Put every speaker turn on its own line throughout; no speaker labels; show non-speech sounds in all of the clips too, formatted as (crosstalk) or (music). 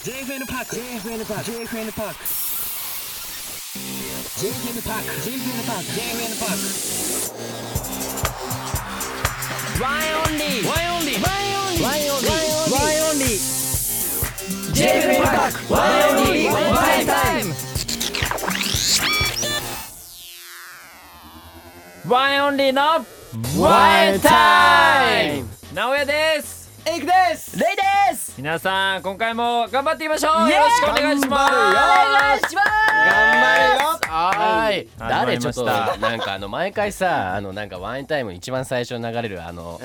JFN パーク JFN パーク JFN パーク JFN パーク JFN パーク JFN パークワイオンリーワイオンリーワイオンリーワイオンリー JFN パークワイオンリーワイタイム
ワイオンリーのワイタイム直哉です
エイクですレイです
皆さん今回も頑張っていきましょうよ
イ
ろ
エーイ
しくお願いします
お願いします
はーい、
はい
誰ちょっ
始
と
まりまし
なんかあの毎回さ (laughs) あのなんかワインタイム一番最初に流れるあの、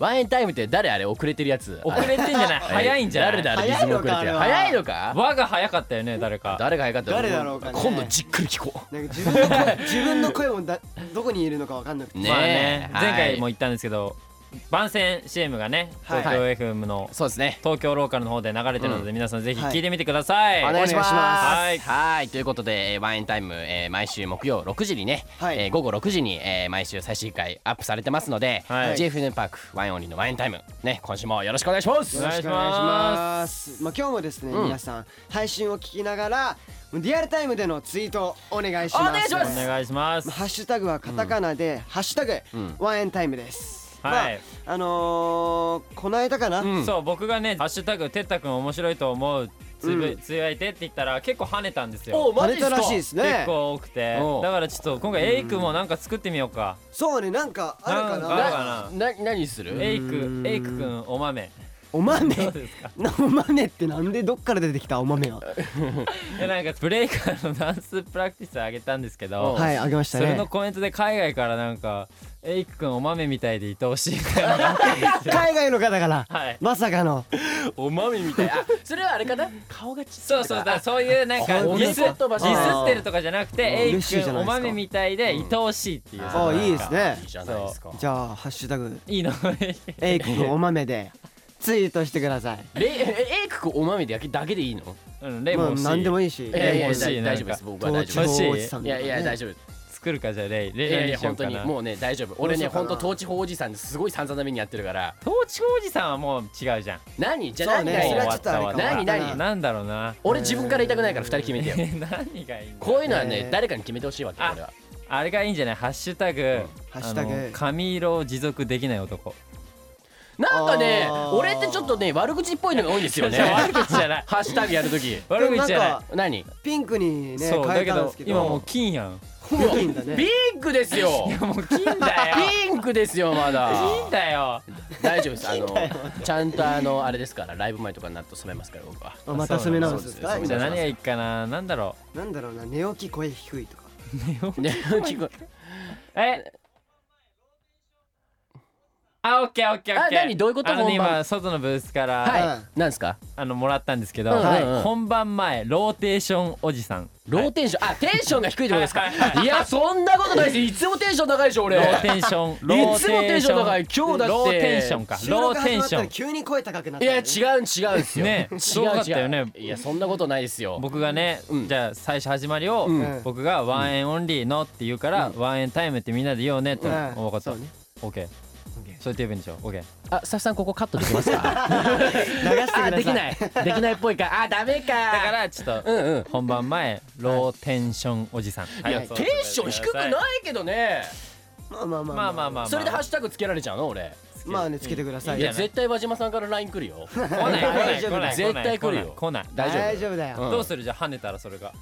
ワインタイムって誰あれ遅れてるやつ
遅れてんじゃない
あれ
早いんじゃな
誰
い
だあれリズム遅れてる早いのか
輪が早かったよね誰か
誰が早かったの
誰だろうかね
今度じっくり聞こ
なんか自分の声自分の声もだどこにいるのかわかんなくて、
うね
まあね
え、
前回も
はい
言ったんですけど番宣 CM がね
はい
東京 FM の
そうですね
東京ローカルの方で流れてるので皆さんぜひ
はい
聞いてみてください
お願いします
お
は
願
い
いしま
ということでえーワインタイム、えー毎週木曜6時にね、
はい
えー午後6時に、えー毎週最新回アップされてますので、
はい
JFN パークワインオンリーのワインタイムね今週もよろしくお願いします
お願いします
すまあ今日もですね、皆さん配信を聞きながらリアルタイムでのツイートをお願いします
お願いしま
お願いします
ハッシュタグはカタカナで、ハッシュタグ、
ん
ワンエンタイムです
はい
まあ、あのー、この間かな、
うん
そう僕がね「ハッシュタグてったくん面白いと思うつぶ
うん
つぶやいて」って言ったら結構跳ねたんですよ
おマジ
れ
っす
た
から
しいです
結
ね
構多くて
おう
だからちょっと今回エイクもなんか作ってみようか
そうねなんかあるかな
なんか
な何する
エイクエイクくんお豆
おまめ
どうですか
おまめってなんでどっから出てきたおまめは
でなんかブレイカーのダンスプラクティスあげたんですけど
はいあげました
そ
ね
れのコメントで海外からなんかエイクくんお豆みたいで愛おしいから
(laughs)
な
海外の方から、
はい
まさかの
おまみみたいなあそれはあれかな顔がちっちゃ
そうそうだからそういうなんか
あ
ディスデ
本当
ィ
だ
スってるとかじゃなくてエイ
嬉しい
ク
じ
く
ゃ
ん
ない
お
ですか
豆みたいで愛おしいっていう
あいいですね
いいじゃないですか
じゃあハッシュタグ
いいの
エイクのお豆でツイートしてください。
レえエイクくんおまみだけだけでいいの
うんレイ
まあ
も
何でも
い
いいし、
いやいや
欲しい
大丈夫で
なん
す
か
僕は大
東
丈
地
夫
東
方
で
おじさん
すい
みた
やい
い
や
な
大
ね。
丈夫
作るかじゃあレイレイ
いやい
レイ
や
しよう
本
か
当
な
にもうね大丈夫俺ね
どうしようかな
本当統治法おじさんですごい散々な目にやってるから
東地おじさんはもう違うじゃん
何じゃあ
そう
何
ね、
がいい
そ
の
れはちょっとあれかも
終わった
終わった何何
なんだろうな
俺自分から言いたくないから2人決めてよ
(laughs) 何がいいんだ
こういうのはね
ね
誰かに決めてほしいわけ
あ
俺は
あれがいいんじゃないハッシュタグ
ハッシュタグ
あの髪色を持続できない男
なんかね
あー
俺ってちょっとね悪口っぽいのが多いんですよね
じゃ (laughs) あ悪口じゃない
ハッシュタグやるとき
悪口じゃない
でもなんか
何
ピンクにね
そう
変
だ
え
け
たんで
ど
すけど、
今もう金
(laughs)
やん
ピンクいいんだね。
ピンクですよ
いやもう (laughs) 金だよ
ピンクですよまだ
金だよ
大丈夫です。あのちゃんとあのあれですからライブ前とかになると染めますから
(laughs)
僕は。
あまた染め直すんです
そう
か。
そう
じ
そ
ゃ
う
あ何がいいかななんだろ
なんだろうな寝起き声低いとか。
ね (laughs) 聞こ
う
え
えあ、オッケーオッケーオッケー
あ何どういうこと
あのね
本番
今外のブースから、
は
う
い。なんですか？
あのもらったんですけど、
うんうんうん
はい本番前ローテーションおじさん
ローテンション、あテンションが低いってことですか
はいはい？
いやそんなことないです。いつもテンション高いでしょ俺。
ロ
(laughs) い
ーテンションロー
つもテンション高い。今日だって。
ローテンションか
収
ロ
録
ーテ
始
ン
まっ
シ
た
ョ
ら
ン
急に声高くなった
い
よ
や
ね。
違うん違うんですよ。
ね
違う
すごかったよね
違ういやそんなことないですよ。
僕がね、
うん
じゃあ最初始まりを、
ん
僕が「ワンエンオンリーの」って言うから、ワンエンタイム」ってみんなで言おうねって、
うん
分かった、
そうね
OK そうやって言えばいいんでしょ OK
あスタッフさんここカットできます
(laughs)
か？
流してくださ
あ
い。
できない。できないっぽいか。あダメか。
だからちょっ
う
と
んうん。
本番前ローテンションおじさん、はい
やテンション低くないけどね。
まあま
まあま
あまあ
あまあ、まあ、
それでハッシュタグつけられちゃうの俺。
まあねつけてください
い
じ
よ。
ゃな
や
い
絶対和島さんから LINE 来るよ。
来ない来ない来ない
絶対来るよ
来ない来ない
大丈夫。
大丈夫だよ。
うん
どうするじゃあ跳ねたらそれが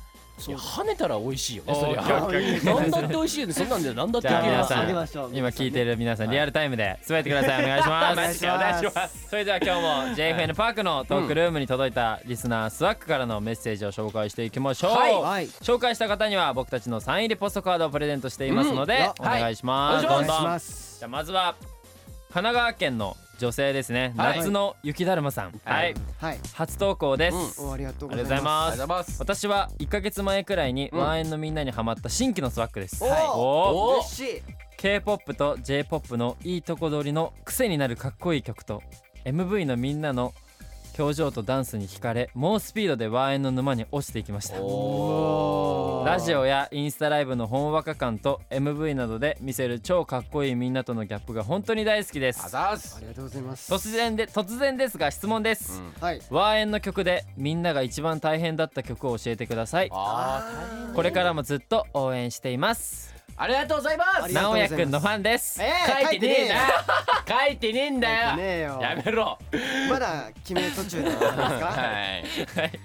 いや跳ねたら美味しいよね
おー
そり
オッ
ゃ
ケーオッケー
何だって美味しいよねそんなんで何だって
じゃあ
できる
皆
よ
さ
あげ
ん
ましょう
今聞いてる皆さんリアルタイムでつぶやいてくださいお願いします
お願いします
それでは今日も JFN パークのトークルームに届いたリスナースワックからのメッセージを紹介していきましょう、
はい
はい
紹介した方には僕たちのサイン入りポストカードをプレゼントしていますので、
うん
お願いします、
はい
お願
お
いし
どんどん
ます。
じゃあまずは神奈川県の女性ですね、
はい
夏の雪だるまさんはい、
はい。
初投稿です、
おありがとう
あ
ご
り
ざ
がとうご
い
ざい
ま
ます
ます
私は1ヶ月前くらいに
うん
ワンエンのみんなにハマった新規のスワックです、
おー
おー
お
す。嬉しい。
K-POP と J-POP のいいとこ取りの癖になるかっこいい曲と MV のみんなの表情とダンスに惹かれ猛スピードでワーエンの沼に落ちていきましたラジオやインスタライブのほんわか感と MV などで見せる超かっこいいみんなとのギャップが本当に大好きで
あ
す
ざー
あ
す
りがとうございます
突然で突然ですが質問です、
はい
ワーエンの曲でみんなが一番大変だった曲を教えてください
あー大変
これからもずっと応援しています
ありがとうございます
りがと
直
うござい
哉
ます
くんのファンです (laughs)
えー
書いてねえな書いてねえんだ
書い
よ
てねえよ
やめろ
まだ決める途中でございますか
はい
はい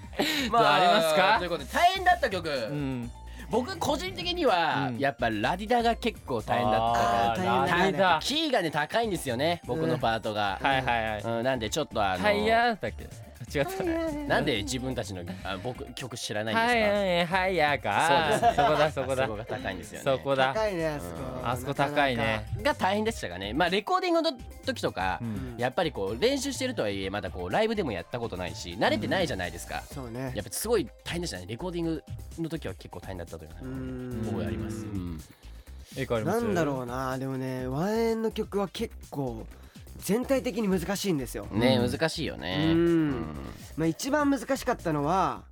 まあ、
ありますか
ということで大変だった曲、
うん
僕個人的には、
うん
やっぱラディダが結構大変だったか
あー大変
ら
だ
ライダー
キーがね高いんですよね僕のパートが、
はいはいはい
うん、なんでちょっとあの
タイヤーだっけ違った
なんで自分たちのあ僕曲知らないん
は
ですか、
いはいはい
そう
か
です
そこだそこだ
そこが高いんですよね
そこだ
高いねあそこ
あそこ高いね
が大変でしたかねまあレコーディングの時とか、
ん
やっぱりこう練習してるとはいえまだこうライブでもやったことないし慣れてないじゃないですか、
そうね
やっぱすごい大変でしたねレコーディングの時は結構大変だったというか
うー
覚え
ん
あります、うん
えかりま
な
す
んだろうなでもねワンエンの曲は結構全体的に難しいんですよ
ね難しいよね
うん
うん
まあ一番難しかったのは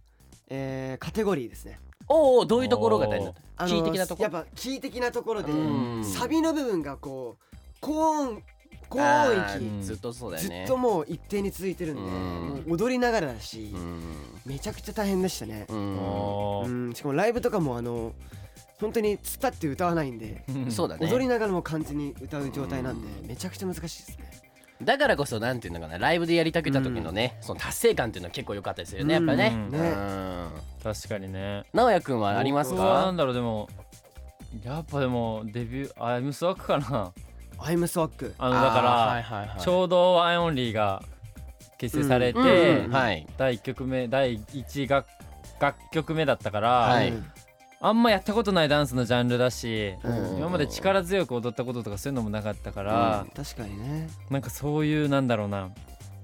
えーカテゴリーですね
おうおうどういうところが大変だった
あの
キー的なとこ
やっぱキー的なところで
うん
サビの部分がこう高音高
あ
音
ー
域
うん
ずっとそうだよ
ず
ね
っともう一定に続いてるんで
うん
もう踊りながらだし
うん
めちゃくちゃ大変でしたね
うん
お
う
ー
んしかもライブとかもあの本当につったって歌わないんで
そうだね
踊りながらも完全に歌う状態なんでめちゃくちゃ難しいですね
だからこそなんていうのかなライブでやりたくた時のね、その達成感っていうのは結構良かったですよね、
うん
やっぱね、
うん
ね
うん
確かにね
直哉くんはあります
僕はな
か
んだろうでもやっぱでもデビューアイムスワックかな
アイムスワック
あのだから、
あーはいはいはい
ちょうどワンオンリーが結成されて、
うんうんはい
第1曲目第1楽楽曲目だったから、
はい
あんまやったことないダンスのジャンルだし、
うん
今まで力強く踊ったこととかそういうのもなかったから、
確かにね
なんかそういうなんだろうな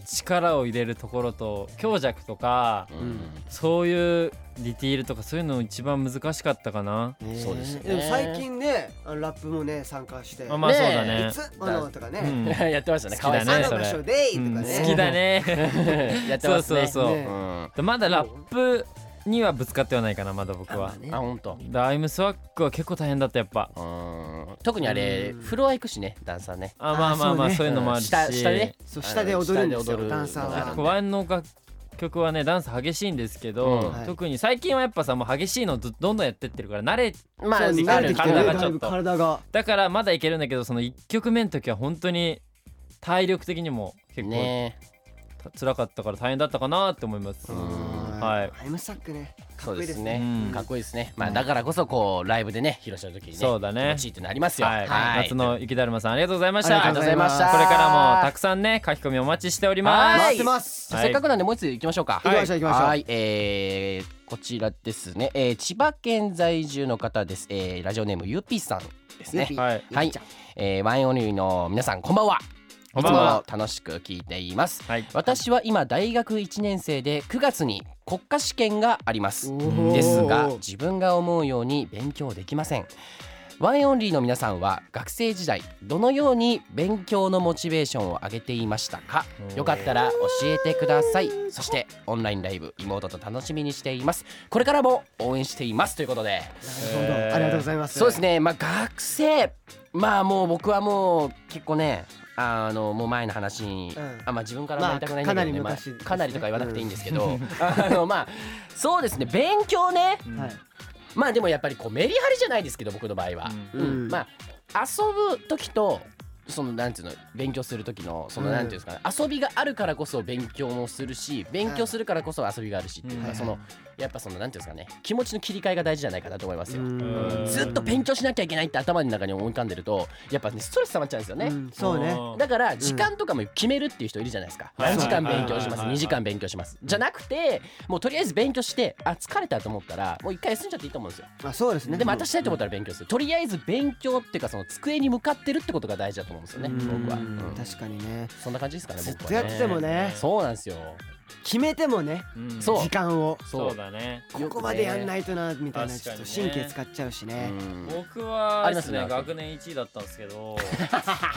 力を入れるところと強弱とか
うん
そういうディティールとかそういうの一番難しかったかな。
ね
そうですよね
でも最近ねあのラップもね参加して
あまあ
ね
そう
え
だね
いつものとか
う
ね
ん
(laughs) やってましたね
好き
かわ
だ
いそう
ね
あの場所でいと
う
か
ん
ね
好きだね
(laughs)
やってますね
そうそうそう、
ね
うん
でまだラップにはぶつかってはないかなまだ僕は
まあ。ね
あ本当。
でアイムスワックは結構大変だったやっぱ。
うん特にあれ
うん
フロア行くしねダンサーね
あまあまあまあ
あ
そ
そううね
いうのもあるし。
下下でね
そう下で踊るんです
下で踊る
よダンサー
あの
は
結構ワンの楽曲はねダンス激しいんですけど、
うん
特に最近はやっぱさもう激しいのどどんどんやってってるから慣れ
まあ
そう
慣
慣
れて
れて
き
き
て
て
る体
る
が
だ
ち
い
ょっ
ぶ
と
体が
だからまだいけるんだけどその1曲目の時は本当に体力的にも結構
ね
た辛かったから大変だったかなって思います。
ん
はい
アイムスワックねか
そ
っ
う
こいいで
で
すすね
ね
うん
かっこいいですねまあだからこそこうライブでね披露した時にね
そうだね
気持ちいいってなりますよ
はい、
はい
夏の雪だるまさんありがとうございました。
ありがとうございまし
あ
た
これからもたくさんね書き込みお待ちしております。
待ってます
じゃあせっかくなんでもう一つ行きましょうか。
行きましょう行きましょう
はい、えー、こちらですね、えー、千葉県在住の方です。えー、ラジオネームゆぴさんですね。
はい
はい、えー、ワインオンリーの皆さんこんばんは。
こんばんはい
つも楽しく聞いています。
はい。
私は今大学1年生で9月に国家試験があります
おー
ですが自分が思うように勉強できませんワンエンオンリーの皆さんは学生時代どのように勉強のモチベーションを上げていましたかよかったら教えてくださいそしてオンラインライブ妹と楽しみにしていますこれからも応援していますということで
なるほどありがとうございます
そうですねまあ学生まあもう僕はもう結構ねあのもう前の話に、
うん
あまあ自分からも言いたくないん
まあか
だけど、ね
なり
まあ
昔ですね
かなりとか言わなくていいんですけど、あのまあそうですね勉強ね
はい
まあでもやっぱりこうメリハリじゃないですけど僕の場合は、
うんうん
まあ遊ぶ時とそのなんていうの勉強する時のそ
う
の
ん
なんていうんですかね、遊びがあるからこそ勉強もするし勉強するからこそ遊びがあるしっていうか、
うん
そのやっぱそのなんていうんですかね気持ちの切り替えが大事じゃないかなと思いますよ。
うん
ずっと勉強しなきゃいけないって頭の中に思い浮かんでるとやっぱねストレス溜まっちゃうんですよね、
うんそうね
うん
だから時間とかも決めるっていう人いるじゃないですか、
はい
何時間勉強します
はい
2時間勉強しますじゃなくてもうとりあえず勉強してあ疲れたと思ったらもう一回休んじゃっていいと思うんですよ
あそうですね
でまたしたいと思ったら勉強するとりあえず勉強っていうかその机に向かってるってことが大事だと思うんですよね
うん
僕は、うん
確かにね
そんな感じですかね
ずっ
僕
とや
はね
っててもね
そうなんですよ
決めてもね
うん
そう
時間を
そう
そうだね
ここまでやんないとなみたいな
確
ち
か
ょっ
に
と
ね
神経使っちゃうしね
うん
僕は
ありま
ですす
ね
ね学年1位だったんですけ
(laughs)
ど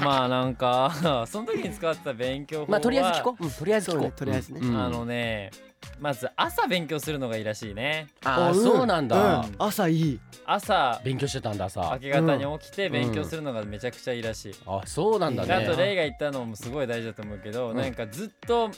まあなんか (laughs) その時に使ってた勉強法は、
まあとりあえず聞こう、うんとりあえず聞
そう
こ
ね
う
とりあえずね
うん
あのねまず朝勉強するのがいいらしいね
あ
あ
ーそうなんだ、
う朝いい
朝
勉強してたんだ朝
明け方に起きて勉強するのがめちゃくちゃいいらしい、
あそうなんだ
であ
ね
とレイが言ったのもすごい大事だと思うけど、
ん
なんかずっと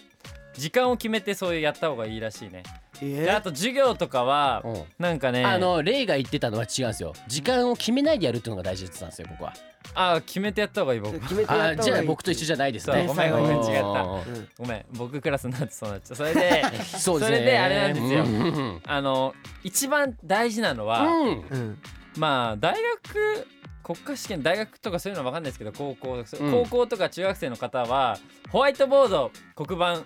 時間を決めてそういうやった方がいいらしいねで
え
あと授業とかは
うん
なんかね
あのレイが言ってたのは違うんですよ時間を決めないでやるっていうのが大事って言ってたんですよ僕は
あ決めてやった方がいい僕
決めてや
あ
った方がいい
じゃあ僕と一緒じゃないですね
そうごめんごめん違った
うん
うん
ごめん僕クラスになってそうなっちゃうそれ
(laughs)
で
そうですね
それであれなんですよ
うんうん
あの一番大事なのは、
うん
うん
まあ大学国家試験大学とかそういうのは分かんないですけど高校、
うん
高校とか中学生の方はホワイトボード黒板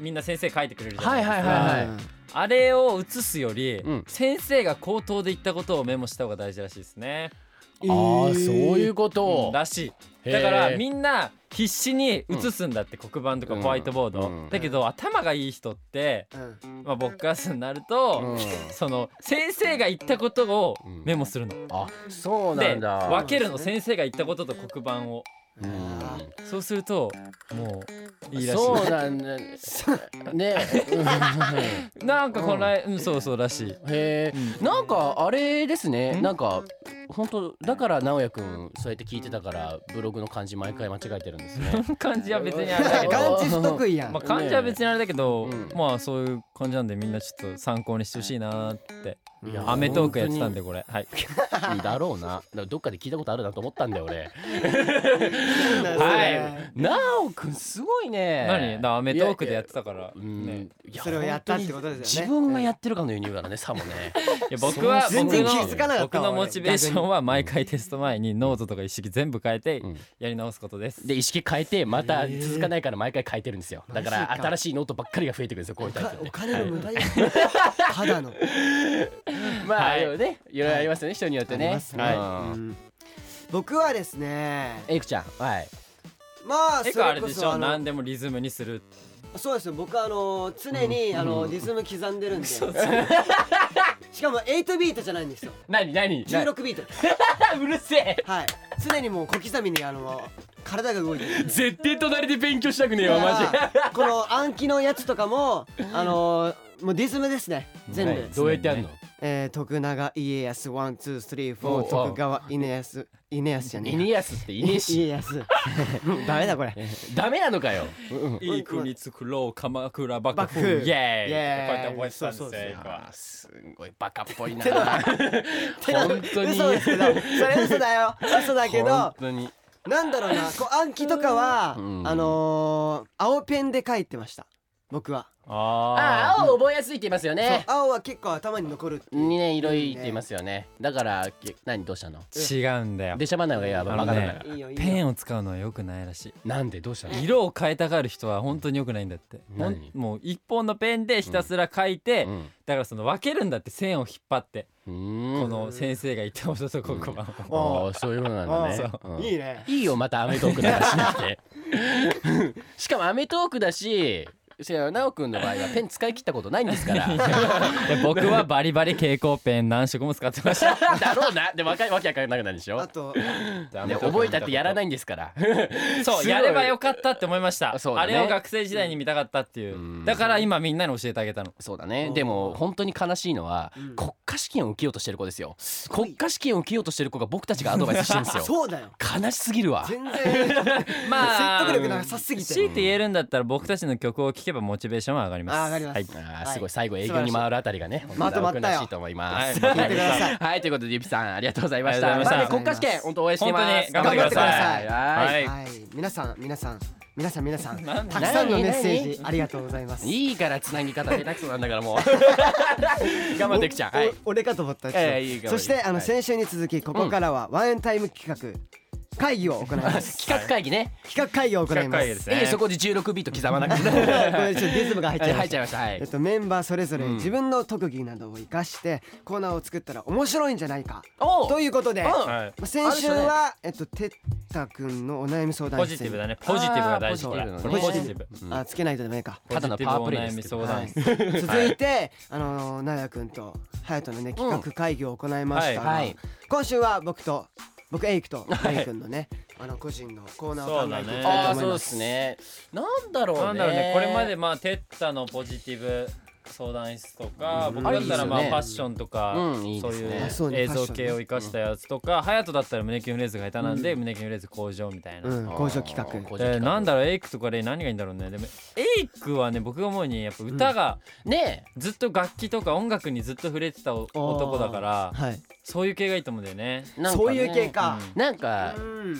みんな先生書いてくれるじゃないですか、
はいはい
うん
あれを写すより、
うん
先生が口頭で言ったことをメモした方が大事らしいですね、
ああそういうこ
う
と
んらし
へ
いだ
ー
からみんな必死に写すんだって、黒板とかホワイトボード、
うん
だけど頭がいい人って、
うん
まあ、僕からするになると、
うん
その先生が言ったことをメモするの、
あそうな
で
んだ
分けるの先生が言ったことと黒板を
うん
そうするともういいらし
そうなんだね
いなんかこの間、うんそうそうらしい
うんへえなんかあれですね
ん
なんか本当だから直也くんそうやって聞いてたからブログの漢字毎回間違えてるんですね
漢字は別にあれだけど
漢字不得意やん
まあ、漢字は別にあれだけど、
うん
まあそういう感じなんでみんなちょっと参考にしてほしいなーって
いや
アメトークやってたんでこれはい
だろうなだからどっかで聞いたことあるなと思ったんだよ俺
は
なおくんすごいね
何だからアメトークでやってたから
いやいやうん
ね
いや
それをやったってことですよね
本当に自分がやってるかのように言うからねさも
(laughs)
ね
いや僕は
そう
僕
全然
の
気づかなかった
僕
わ
のモチベーションは毎回テスト前にノートとか一式全部変えて
ん
やり直すことです、
で意識変えてまた続かないから毎回変えてるんですよだから
マジか
新しいノートばっかりが増えてくるんですよこういうタイプ
お
で
金の無駄や
(laughs)
ただの
まあ
はい
でもねいろいろありますよね人によって
あり
ね
ますね
は
うん僕はですね
いエイクちゃんはい
まあ
結
そ
構あれ
れこ
でし
そ
ょ
あの
何でもリズムにする
そうですよ僕はあの常にあのリズム刻んでるんでし (laughs) かも8ビートじゃないんですよ
何何何
16ビート
うるせえ
はい常にもう小刻みにあの体が動いてる
絶対隣で勉強したくねえわ
だ
マジ
からこの暗記のやつとかもあのもうリズムですね (laughs) 全部、
はいどうやってやるの
えー、徳永家康ワンツースリーフォ
おう
ー徳川稲康稲康じゃねえ
イニヤスってイネ
家
シ
康 (laughs) ダメだこれ
ダメなのかようん
いい国作ろう鎌倉幕府イ
幕府
エーイ
イエー
こ
イ
うやって覚えてたんです
そうそ
よ
うそう
エイクは
すごいバカっぽいな (laughs) 本当に
嘘ですけどそれ嘘だよ嘘だけど
本当に
なんだろうなこう暗記とかは、
うん
あのー、青ペンで書いてました僕は、
あ
ああ青覚えやすいって言います
そ
よ
う
ね
青は結構頭に残る
にね色いって言いますよねだからけ何どうしたの
あ違うんだよ
出しゃばんない方がいいわ
あ
バカ
の
だから
ね
いいよいいよ
ペンを使うのは良くないらしい
なんでどうした
(laughs)
の
色を変えたがる人は本当に良くないんだってほん
何
もう一本のペンでひたすら書いて、
うん
だからその分けるんだって線を引っ張って、こ
うーん
の先生が言ったことと黒板を、
ああそういうことなんだね
あ
うん
いいね
いいよまたアメトークの話なんてしかもアメトークだしせやなおくんの場合はペン使い切ったことないんですから
(laughs) で僕はバリバリ蛍光ペン何色も使ってま
(laughs)
した
だろうなで若いわけわかんなくなるでしょ
あと
ね覚えたってやら
い
ないんですから
そうやればよかったって思いました
あそうだ
あ
ね
れを学生時代に見たかったっていううんだから今みんなに教えてあげたの
そうだねでも本当に悲しいのは、
うん
国家試験を受けようとしてる子ですよ国家試験を受けようとしてる子が僕たちがアドバイスしてるん
(laughs)
ですよ
そうだよ
悲しすぎるわ
全
(laughs)
然
まあ
説得力なさすぎて
強いて言えるんだったら僕たちの曲を聴けばモチベーションは上がります
あ上がります
はい
あー
はい
すごい最後営業に回るあたりがね
まとまったよ
本当に直君らしいと思います
はい
聞いてください
はいということでゆぴさんありがとうございました
ありがとうございました
で国家試験本当応援してます
本当に頑張ってください
頑張ってくださいはい
はい
はい、皆さん皆さん皆さん皆さん
なん
たくさんのメッセー
何
ジありがとうございます
いいからつなぎ方下手くそなんだからも
(laughs)
う頑張っていくちゃんはい
おお俺かと思った
いやいやいいから
そしてあの
はい
先週に続きここからはワンエンタイム企画会議を行います
企画会議ね。
企画会議を行い
企画
ます
会議です
え
ね
えそこで16ビート刻まなく
(laughs)
(laughs)
て。
これちょっとリズムが入っちゃいま
入
し
っ
た
ちゃいました。は
えっ
い。
と、メンバーそれぞれ
うん
自分の特技などを生かしてコーナーを作ったら面白いんじゃないか
おう
ということで、
うん
ま
はい
あ先週は、えっと、てったくんのお悩み相談
ポ
室に
ジティブだね。ポジティブが大事だ。
あー
こ
ポ
れ
ジ
ポジ
ティ
テ
ブ
ィブ。
あつけないとダメか、
ただのパワープレイですけど
ポジティブお悩み相談室。
続いてあのー、なやくんとハヤトのね企画会議を行いましたが、
はいはい
今週は僕と僕エイクとエイくんのね、あの個人のコーナーを考えていきたい
あ
と思
あ
い
そう
ま。
ですすね。なんだろうね。
なんだろうねこれまでまあテッタのポジティブ相談室とか、僕だったらまあ
あ
フ
れいいですよね
ァッションとか、
うんいい
そう
ですね
い
あそう
う
ね
映像系を生かしたやつとか、隼人だったら胸キュンフレーズが下手なんで、胸キュンフレーズ向上みたいな。
うん、工場企画。
工場
えー
企画
なんだろうエイクとかで何がいいんだろうねでもエイクはね僕が思うにやっぱ歌が
ねえ。
ずっと楽器とか音楽にずっと触れてたお男だから
はい。
そういう系がいいと思うんだよね
なんかね
そういう系。か。
なんか
う、ん。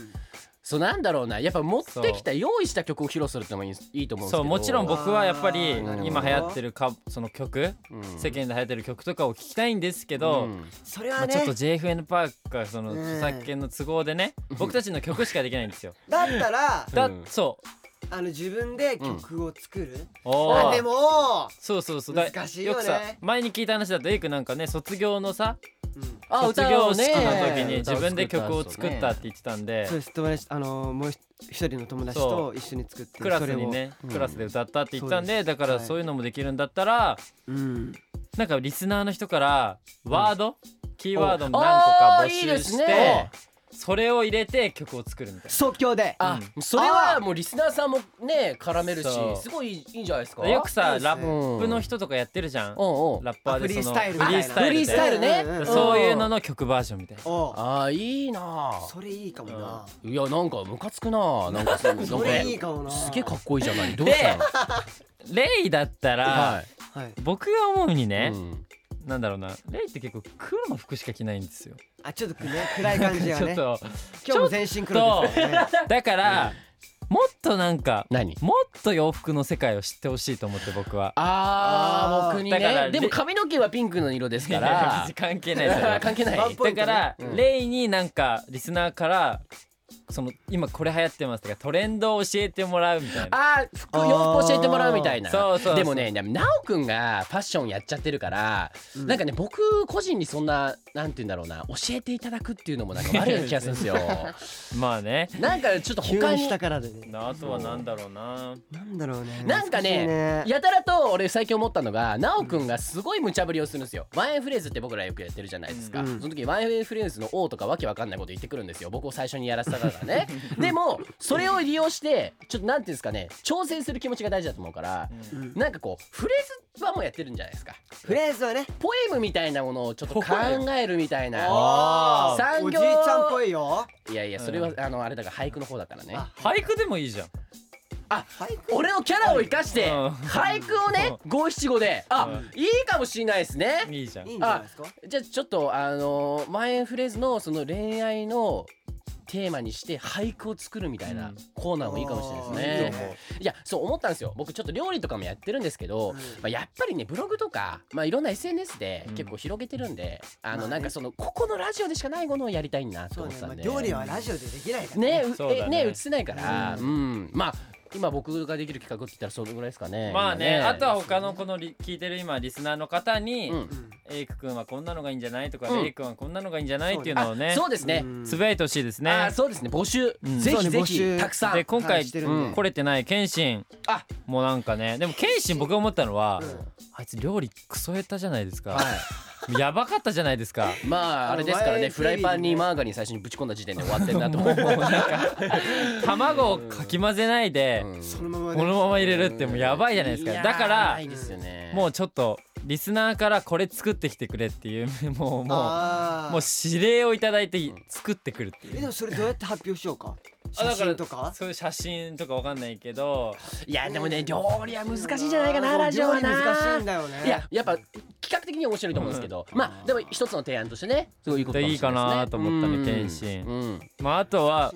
そうなんだろうな。やっぱ持ってきた用意した曲を披露するってのもいいいいと思うんですけ
そ
ど。
うもちろん僕はやっぱり
あー
なるほど
今流行ってるかその曲、
うん
世間で流行ってる曲とかを聞きたいんですけど、
うん
それ
ま
は
あ、
ね、
ちょっと JFN パークがその
うん
著作権の都合でね、僕たちの曲しかできないんですよ。
だったら
だ、
うん
そう。
あの自分で曲を作る。
お
あ
ー
でも、
そうそうそう。
難しいよね
くさ前に聞いた話だとエイクなんかね卒業のさ
うん、
あ
卒
歌
業
を
式
ね
の時に自分で曲を作ったって言ってたんで、
そうです友達あのーもうひ一人の友達と一緒に作って
クラス
それを
にね、クラスで歌ったって言ったんで
そうです
だから
はい
そういうのもできるんだったら
うん
なんかリスナーの人からワード、キーワードの
お
何個か募
あーいいで
集
す
して
ね
それを入れて曲を作るみたいな。
即興で
あ、それはもうリスナーさんもね絡めるし
そう
すごいいいんじゃないですか
よく
いい
さ
ですね
ラップの人とかやってるじゃん、
おうおう
ラッパーでその
あフリースタイルみたい
で
な
フリースタイルね
うんうんうん
そういうのの曲バージョンみたいな。
おう
あーいいなあ
それいいかもな、
いやなんかムカつくなあなんかそうなん
それいいかもな
すげえかっこいいじゃないどうしたの
レイだったら、
はい
はい
僕が思うにね
う、ん
なんだろうなレイって結構黒の服しか着ないんですよ。
あちょっとね暗い感じ
(laughs)
が
ちょっ
ね
と
今日も全身黒ですからね
だから、もっとなんか
何
もっと洋服の世界を知ってほしいと思って僕は。
あ
あー
ー僕に
だから
ねでも髪の毛はピンクの色ですから
(laughs) 別に関係ないですよ
あー関係ない
ワンポイ
だ
ン
か
トね
ら、
うん
レイになんかリスナーからその今これ流行ってますとかトレンドを教えてもらうみたいな。
あー服洋服教えてもらうみたいな
あーそうそうそう
でもねでもなおくんがファッションやっちゃってるから、なんかね僕個人にそんななんて言うんだろうな教えていただくっていうのもなんか悪い気がする
(laughs)
んですよ
まあね。
なんかちょっと
急
他
に
に
したからでね
あとはなんだろうな。
なんだろうね
なんかね
難しい
やたらと俺最近思ったのがなおくんがすごい無茶ぶりをするんですよワンエンフレーズって僕らよくやってるじゃないですか、
うん
その時ワンエンフレーズの「王とかわけわかんないこと言ってくるんで
(laughs)
すよ僕を最初にやらせたからねでもそれを利用してちょっとなんていうんですかね挑戦する気持ちが大事だと思うから、
うん
なんかこうフレーズはもうやってるんじゃないですか
フレーズはね
ポエムみたいなものをちょっと考えるみたいな
お
産業
おじいちゃんっぽいよ
いやいやそれは、あのあれだから俳句の方だからね
あ
俳句でもいいじゃん。
俳句
俺のキャラを生かして
うん
俳句をね五七五であいいかもしれないですね
いいじゃん
い。いんじゃないですか
じゃあちょっとあのー、マインフレーズのその恋愛のテーマにして俳句を作るみたいな
うん
コーナーもいいかもしれない
あーい
で
い
す
と
ね。
思
いやそう思ったんですよ僕ちょっと料理とかもやってるんですけど、
うん
まあ、やっぱりねブログとか、まあ、いろんな SNS で
うん
結構広げてるんで、あ
まあ
の
ね
なんかそのここのラジオでしかないものをやりたいなと
そう
思っ
ね
てた
ま
ん
あ
で。
料理はラジオでできないから
ねう
そうだ
え
ね
ね映せないから、うんまあ今僕ができる企画って言ったらそのぐらいですかね。
まあね、
今
あとは他のこのリ聞いてる今リスナーの方に、
うん
うん
エイク君はこんなのがいいんじゃないとか、
うん
レイ君はこんなのがいいんじゃないっていうの
あ
をね
そうですね。
うん
つぶやいてほしいですね。
あそうですね募集、
うん
ぜひ
そ
ぜ
うね募
ひ
集
たくさん
で今回
はいしてるんで
うん
来れてない謙信
あ
もうなんかねでも謙信僕が思ったのは、
ん
あいつ料理クソ下手じゃないですか、
はい
やばかったじゃないです
(laughs)
か
まああれですからねフライパンにマーガリン最初にぶち込んだ時点で終わってんな
(laughs)
と思う
卵をかき混ぜないで、
そのまま
この
ね
まま入れるってもうやばいじゃないですか、だからも
もう
うちょっとリスナーからこれ作ってきてくれっていう (laughs) もうも
あ
う
ー
もう指令をいただいて作ってくるってい
え
う
でもそれどうやって発表しようか
あだ
写
から
真とか
そういう写真とかわかんないけど
いやでもね料理は難しいんじゃないかな
そう
ラジオはな
料理難しいんだよね
いややっぱ企画的に面白いと思うんですけど、まあでも一つの提案としてねすごいいいこともしれないですね
いいかなと思ったね
うん
謙信
うん
まああとは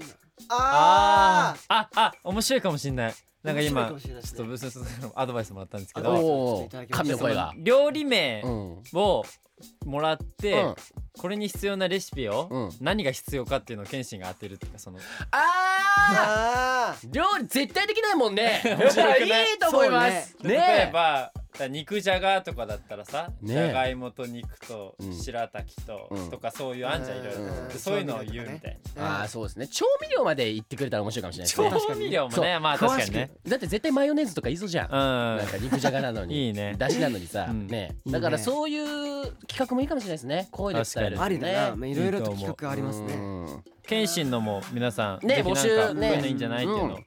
あ
あーああ面白いかもしんないなんか今
面白いかもし
ち
れ
ょ
ない
っ
ですね
とブースの人のアドバイスもらったんですけ
アドバイス
ど
おお神の声が
料理名
うん
をもらって、
うん
これに必要なレシピ
う
を
ん
何が必要かっていうのを謙信が当てるっていうかその
あー
あ
料理絶対できないもんね
白くね
いいと思います
例え
ね
ばだ肉じゃがとかだったらさ
ね
じゃがいもと肉と
うん
白滝と
うん
とかそういうあんじゃんいろい
うん
ろでそういうのを言うみたい
ー
ああそうですね調味料まで言ってくれたら面白いかもしれないです
な
ね
調味料も
そう
ねまあ確かにね
だって絶対マヨネーズとかいそうじゃん、なん
う
か肉じゃがなの
(laughs)
に
いいね
だしなのにさ、
うん
ね
いいね
だからそういう企画もいいかもしれないですね声で伝える
あありだなまあいろいろと
いいと思う
企画ありますね
ね
ん謙信のも皆さんぜ
ね
ひなんか
募集ね
こういうのいいんじゃないっていうのを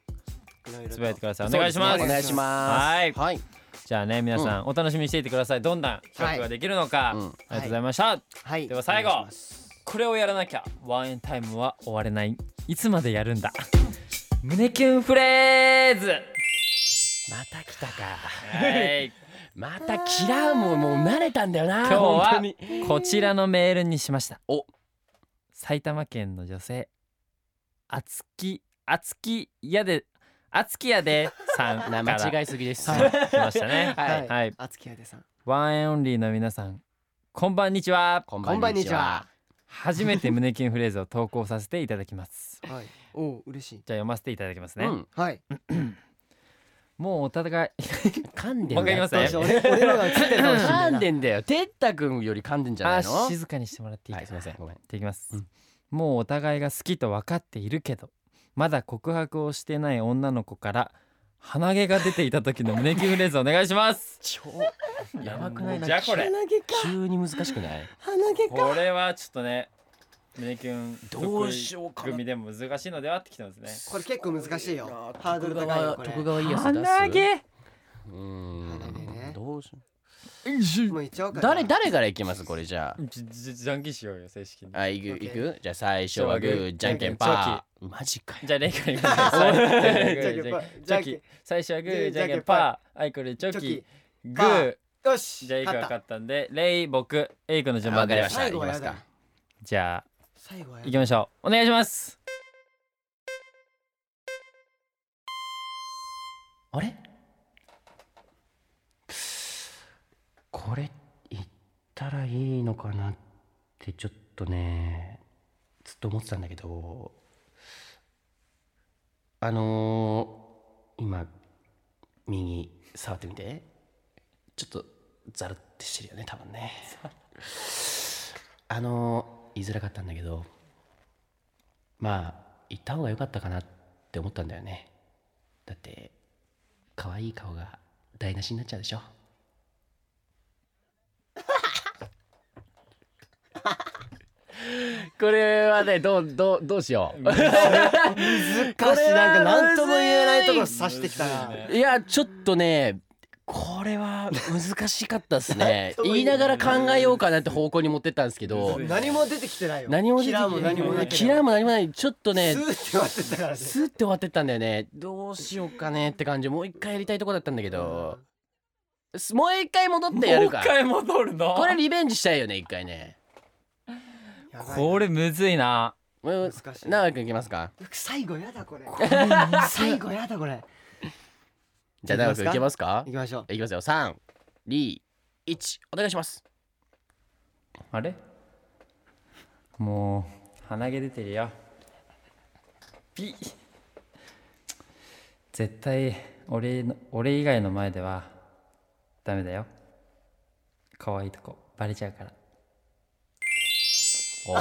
つぶやいてくださいお願いしま
お
す
願いします
はい
はい
じゃあね皆さんお楽しみにしていてくださいどんな企画ができるのかあ
う
り
ん
がとうございました
はい
では最後
お願いします
これをやらなきゃワンエンタイムは終われないいつまでやるんだ胸キュンフレーズ
また来たか
(laughs) はい
またキラーももう慣れたんだよな
今日
本当
は
に
こちらのメールにしました
お
埼玉県の女性あつきあつきやであつきやで
(laughs)
さんか
な
ら
間違いすぎです、
来ましたね
(laughs) はい
はい
あつきあでさん
ワンエンオンリーの皆さんこんばんにちは
こん
こんばんにちは
初めて胸キュンフレーズを投稿させていただきますじゃ
はいおお嬉しい
あ読ませていただきますね、
うん
はい
もうお互い
噛んでんだよ
もう一回言いますね
どうしよう俺俺 (laughs) のが映ってるかもしれな
噛
い
ん
な
でんだよてったくんより噛んでんじゃ
あ
ないの
ー静かにしてもらっていい
はい
です
すいませんごめん
いきます、
うん
もうお互いが好きと分かっているけどまだ告白をしてない女の子から鼻毛が出ていた時の胸キュンフレーズお願いします
超やばくない
じゃあこれ
鼻毛か
急に難しくない
鼻毛
これはちょっとね胸キュン
どうしようか
得意組でも難しいのではってきてますね
これ結構難しいよハードル高いよこれ
徳川家康出す
鼻毛
うー
ね
んどうしよ
もういっちゃおう
う
か
誰
な
誰からいきますこれじゃ
じじじゃんけんしようよ正
(laughs)
式に
ああい
オッ
く
ケー
いくじゃあ最初はグーじゃんけんパーマジかよ
じゃあレイからいき (laughs) ます最初はグー
じ
じ
ゃ
ゃ
んけ
んけん
んパーじゃんけん
最初はグー
じ
じ
ゃ
ゃん
んけ
け
ん
ん
パー
パーあいこれチョ
チョキ
キグ
パ
ー
ーよし
じゃあエイクが勝
勝っ
ったんでレイ僕エイクの順
わ
番で
かりました
最
いき
後は
ま
や
す
だ
か
じゃあ
た最後はや
行
だ
きましょうお願いします
あれこれ言ったらいいのかなってちょっとねずっと思ってたんだけどあのー、今右触ってみてちょっとザルってしてるよね多分ねあのー、言いづらかったんだけどまあ言った方が良かったかなって思ったんだよねだって可愛い顔が台無しになっちゃうでしょ (laughs) これはねどうどうどうしよ
歌詞なんか何とも言えないとこ
む
刺してきたな
(laughs) ういやちょっとねこれは難しかったです (laughs) ね
とも言え
言い
ない
ながら考えようかなって方向に持ってったんですけど
何も出てきてないよ
何も出
キ
てき
ラーも何もなけ
キ
れば
ラーも何もないちょっとね
スーって終わってたからね
スーって終わってったんだよねどうしようかねって感じもう一回やりたいとこだったんだけどすもう一回戻ってやるか
戻るの
(laughs) これリベンジしたいよね一回ね
やばいな
これむずいな
難
難しい
長くいきますか
最後やだこれ最後やだこれ
じゃあ長くいけますか
行きましょう
いきますよ三二一お願いします
あれもう鼻毛出てるよピッ絶対俺の俺以外の前ではダメだよ可愛いとこバレちゃうから
お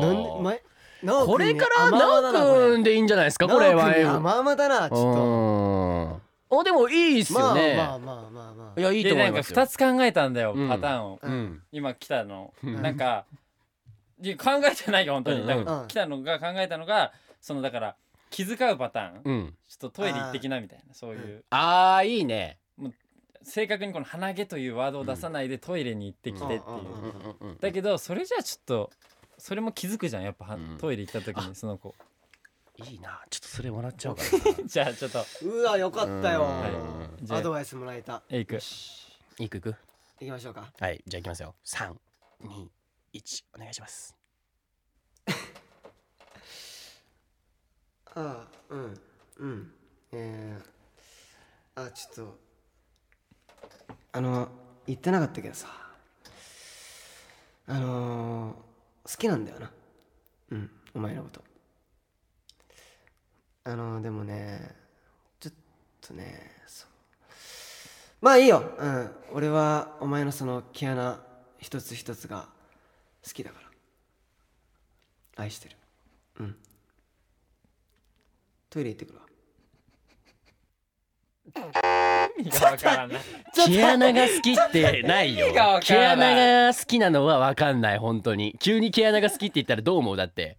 ー
(laughs) なんで前なお
こ
くん
れ
ね
から
甘々だな
直くんでいいんじゃないですかこれは
なおくんね甘々だなちょっと
あでもいいっす
ま
よ
あ
ね、
まあまあまあま
いやいいと
で
思
ないんか
ます
2
よ
つ考えたんだよ、
うん
パターンを、
うん
今来たの、なんかいや考えてないよ本当に、
うん
多分
うん
来たのが考えたのがそのだから気遣うパターン、ちょ
うん
っとトイレ行ってきなみたいなそういう、
ああいいね
正確にこの鼻毛というワードを出さないでトイレに行ってきてっていう、
うんうんうん
だけどそれじゃあちょっとそれも気づくじゃんやっぱ、は
うん
トイレ行った時にその子
いいなちょっとそれもらっちゃおうかな
(laughs)
じゃあちょっと
あうわよかったよ
は
じゃ
アド
あ
バイスもらえた
エイ (laughs) ク
いくいく
行きましょうか
はいじゃあいきますよ三二一お願いします
ああうんうんえー、あちょっとあの言ってなかったけどさあのー好きなんだよなうんお前のことあのでもねちょっとねそうまあいいようん俺はお前のその毛穴一つ一つが好きだから愛してるうんトイレ行ってくるわ
意味がわからない
毛穴が好
(laughs)
きってないよ
意味がわか
毛
らない
穴が好きなのは分かんない本当に急に毛穴が好きって言ったらどう思うだって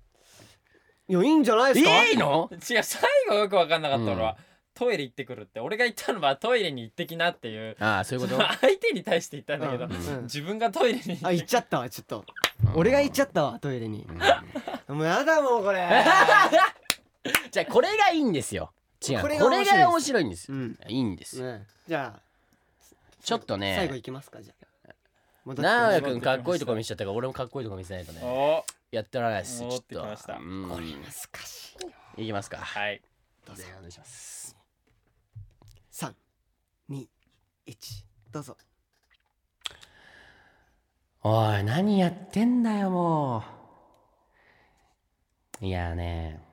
いやいいんじゃないですか
いいの
違う最後よくわかんなかった
うん
俺は、トイレ行ってくるって俺が言ったのはトイレに行ってきなっていう
ああそういうこと
相手に対して言ったんだけど、
うんうん
自分がトイレに行って
あ行っちゃったわちょっと (laughs) 俺が行っちゃったわトイレにもうやだもうこれ
(laughs) じゃあこれがいいんですよ違うこ
これが面白いで
れ
す
が面白いんです
う
よ
ん
いいんですよ
ねじゃあ
ちょっと
最後
ね
いきますかじゃあ
直
な
哉くんかっこいいとこ見せちゃったから俺もかっこいいとこ見せないとね
お
やってられないですち
戻
ょ
っ
って
き
と
ました
うん
し
いきますか
はい
どうぞお願いします
三二一どうぞ
おい何やってんだよもういやね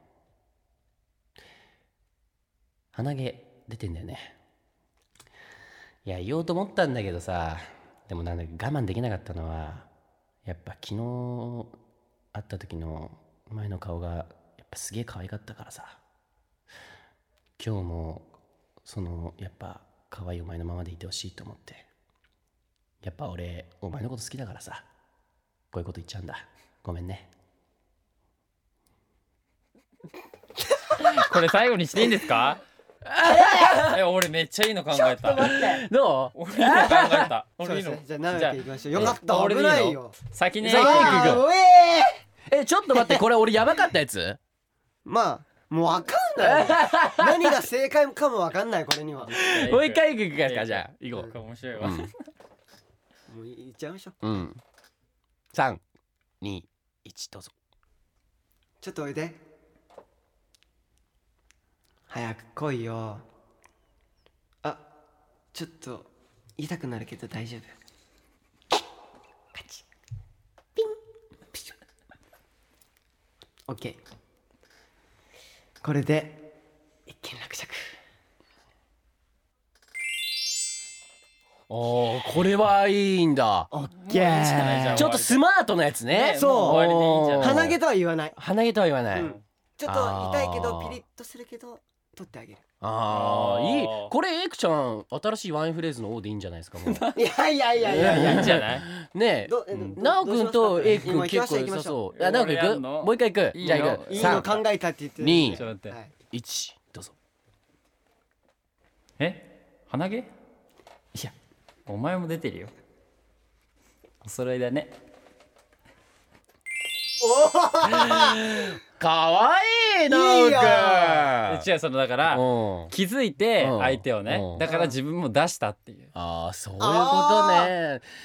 鼻毛出てんだよねいや言おうと思ったんだけどさでもなんだか我慢できなかったのはやっぱ昨日会った時の前の顔がやっぱすげえ可愛かったからさ今日もそのやっぱ可愛いお前のままでいてほしいと思ってやっぱ俺お前のこと好きだからさこういうこと言っちゃうんだごめんね
これ最後にしていいんですかえ俺めっちゃいいの考えた
どう (laughs)
俺いいの考えた
そう
俺い
で
いの、
すねじゃあ直哉くんいきましょうよかっ
え
た
俺でい
危
いの
ないよ
先に
さあうえー
えちょっと待 (laughs) ってこれ俺やばかったやつ
まあもうわかんない何が正解かもわかんないこれには
もう一回いくかじゃあ行こ
こう面白いうわ、
うん、
もういっちゃいましょう
うん、321どうぞ
ちょっとおいで早く来いよあちょっと痛くなるけど大丈夫カチッピンピシュッオッケーこれで一件落着
おーこれはいいんだ
オッケー
ちょっとスマートなやつね
ね
そう
も終わりでいいんじゃない
鼻毛とは言わない
鼻毛とは言わない、
うんちょっと痛いけど
あー
ピリッとするけど取ってあげる
ああ
あー
いいこれエイクちゃん新しいワインフレーズの王でいいんじゃないですか (laughs) もう
いやいやいやいやい
い
や
いんじゃない
ねえ
どえ
うん
ど
なおくんとエイクくん
どうしま
結
し
構
た
良さそう
行きましょう
あなおく
俺
ん
や
行く
んの
もう一回行く
いい
じゃ
よ
あ行く
いい
三
の考えたって言ってる
二
ちょっと待って、
はい
一どうぞ
え鼻毛いやお前も出てるよお揃いだね
かわいいなお
いいよ
くん
違うそのだから
うん
気づいて
うん
相手をね、
うん
だから自分も出したっていう、
ああそういうことね
あ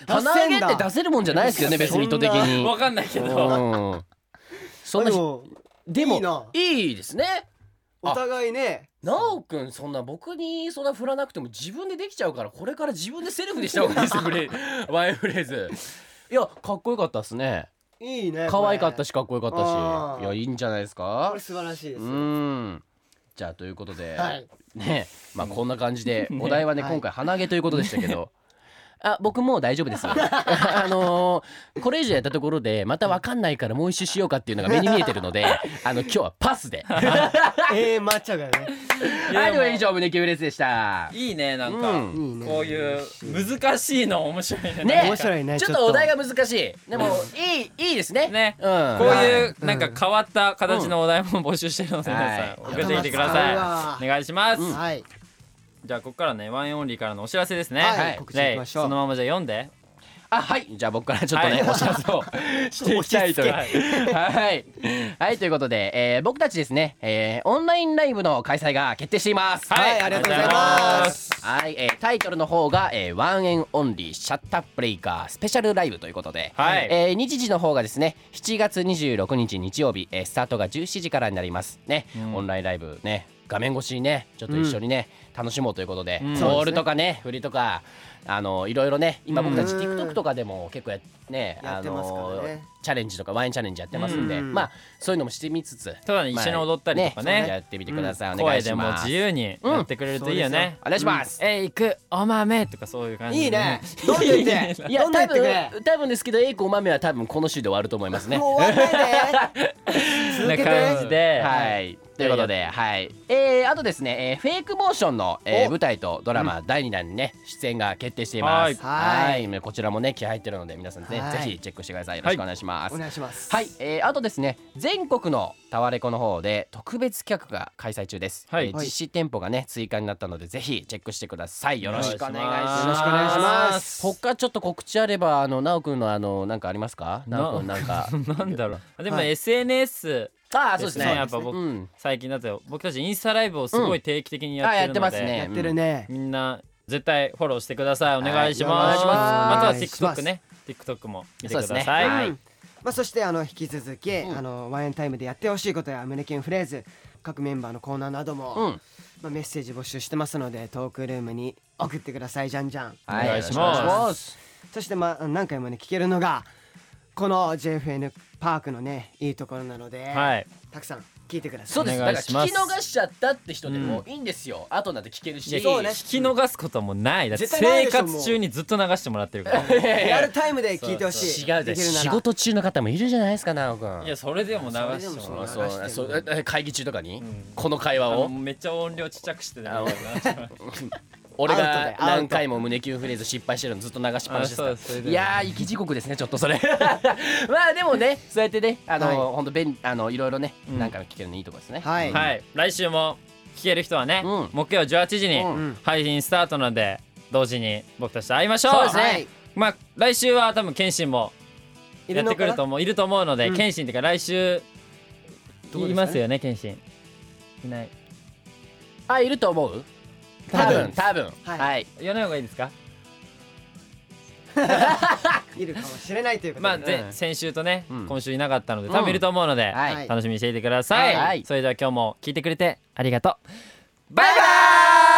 ー
鼻
出せん
毛
だ
って出せるもんじゃないですけどね別に意図的
わ
に
かんないけど、
うんそ
(laughs)
んな
で
ひ
も
で
いいな
もいいですね
お互いね
なおくんそんな僕にそんな振らなくても自分でできちゃうからこれから自分でセルフでした方がいいですよこれワインフレーズいやかっこよかったっすね
いいね
可愛かったしかっこよかった
あ
し
ー
いやいいんじゃないです
こ
か
れ素晴らしいで
う
す
ーんじゃあということで、
はい
ねまあこんな感
(laughs)
じで、お題はね
はい
今回鼻毛ということでしたけど、あ僕もう大丈
(laughs)
夫ですあのーこれ以上やったところでまた分かんないからもう一周しようかっていうのが目に見えてる
(laughs)
のであの今日はパスでは
ええー、待っちゃうからね
いでは以上胸キュンレースでした
いいねなんか、
うん
いいね
こういう難しいの面白いね
ね
面白いね
ちょっ
ちょっと
とお題が難しいでもいいいいですね
ね
うん
こうい
は
うなんか変わった形のお題も募集してるので
うん
皆さん
はい
送ってきてくださ
頭使
い。
う
お願いします。
はい
じゃあここからねワンオンリーからのお知らせですね。
はい告知いきましょう
レイそのままじゃあ読んで。
あはいじゃあ僕からちょっとね、
はい
お知ら (laughs) せをしていきたいと思いますはい、はい、ということで、えー僕たちですね、えーオンラインライブの開催が決定しています
はい
あ
あ
りが
りが
と
と
うござ
うござ
い
い
ま。
ます
はい、えータイトルの方が、えーワンエンオンリーシャッターブレイカースペシャルライブということで、
はい
えー日時の方がですね7月26日日曜日、えースタートが17時からになりますね、オンラインライブね画面越しにねちょっと一緒にね、楽しもうということで、
ん
ボールとかね振りとかあのいろいろね今僕たち TikTok とかでも結構やね
や
あ
ってますからね
のチャレンジとかワインチャレンジやってますんで、
うん
まあそういうのもしてみつつ
そうだね一緒に踊ったりとかね
まあやってみてください、お願
声
いし
でもう
ます
自由にやってくれるといいよね、
お願いします、
えいくお豆とかそういう感じで
いいねどんどん言って
いや
どんどん言
多
ってくれ
分多分ですけどエイコお豆は多分この週で終わると思いますね
もう終わんないで続
な
けて
感じで、
はい、ということで、はいえー、あとですね、えー、フェイクモーションの、えー、
お
舞台とドラマ第2弾にね、出演が決定しています。
はい
はいこちらもね気合入ってるので皆さんね、
はい
ぜひチェックしてください。よろしくお願いしま
お
す。はい
願いします
えーあとですね全国のタワレコの方で特別企画が開催中です、
はい
えー実施店舗がね追加になったのでぜひチェックしてくださいよろしくお願いします
よ
ろしくお願いします
他ちょっと告知あればあのなおくんのあのなんかありますか
な
なおくんな
(laughs)
んか
なんだろうでも
はい
SNS
ああそうですね
そうやっぱ僕
うん
最近だと僕たちインスタライブをすごい定期的にやってるので、
うんあやってますね
やってるね
みんな絶対フォローしてくださいお願いします,、
はいお願いしま
あと
す
は TikTok ね TikTok も見てくだ
そう
さ
で
い、
すねは
はいいまあ、そしてあの引き続き、
ん
あのワインタイムでやってほしいことや胸キュンフレーズ各メンバーのコーナーなども、
うん
まあ、メッセージ募集してますのでトークルームに送ってくださいじゃんじゃん、
いお願します
お願いします
そして、まあ、何回もね聞けるのがこの JFN パークのねいいところなので、
はい
たくさん聞いてください
そうです
お願
だから
いしま
聞
す
き逃しちゃったって人でもいいんですよ、後なんて聞けるし
いや
そうね
聞き逃すことはもうないだって
絶対な
生
いでしょ
活中にずっと流してもらってるから
リアルタイムで聞いてほしい
違うで
きるなら
仕事中の方もいるじゃないですかなおくん
いやそれでも流してもらう
そ
そう
流して
そ
る
うえ会議中とかに、この会話
あの
を
めっちゃ音量ちっちゃくしてね
あ
い
俺
アウ
が
トだよ
何回も胸キュンフレーズ失敗してるのずっと流しっぱなしですか
あそうそれ
ら
で
いやー生き地獄ですねちょっとそれ (laughs) まあでもねそうやってねあの、
はい
ほんと便あのいろいろね、
うん
なんか聞けるのいいとこですね
はい、
はい来週も聞ける人はね、
うん
木曜18時に
うん
配信スタートなので同時に僕たちと会いましょう
そうですね
はい
まあ来週は多分謙信も
い
や
る
っ
の
て
か
く
な
ると思ういると思うので、
うん
謙信っていうか来週
どうですかね
いますよね謙信いない
あいると思う多分多分
はい
はい
言わない方がいいですか
いるかもしれないということ
まあ、
で、
ぜ先週とね、
うん
今週いなかったので
うん
多分いると思うので、
はい
楽しみにしていてください、
はい
それでは今日も聞いてくれてありがとう
バイバイ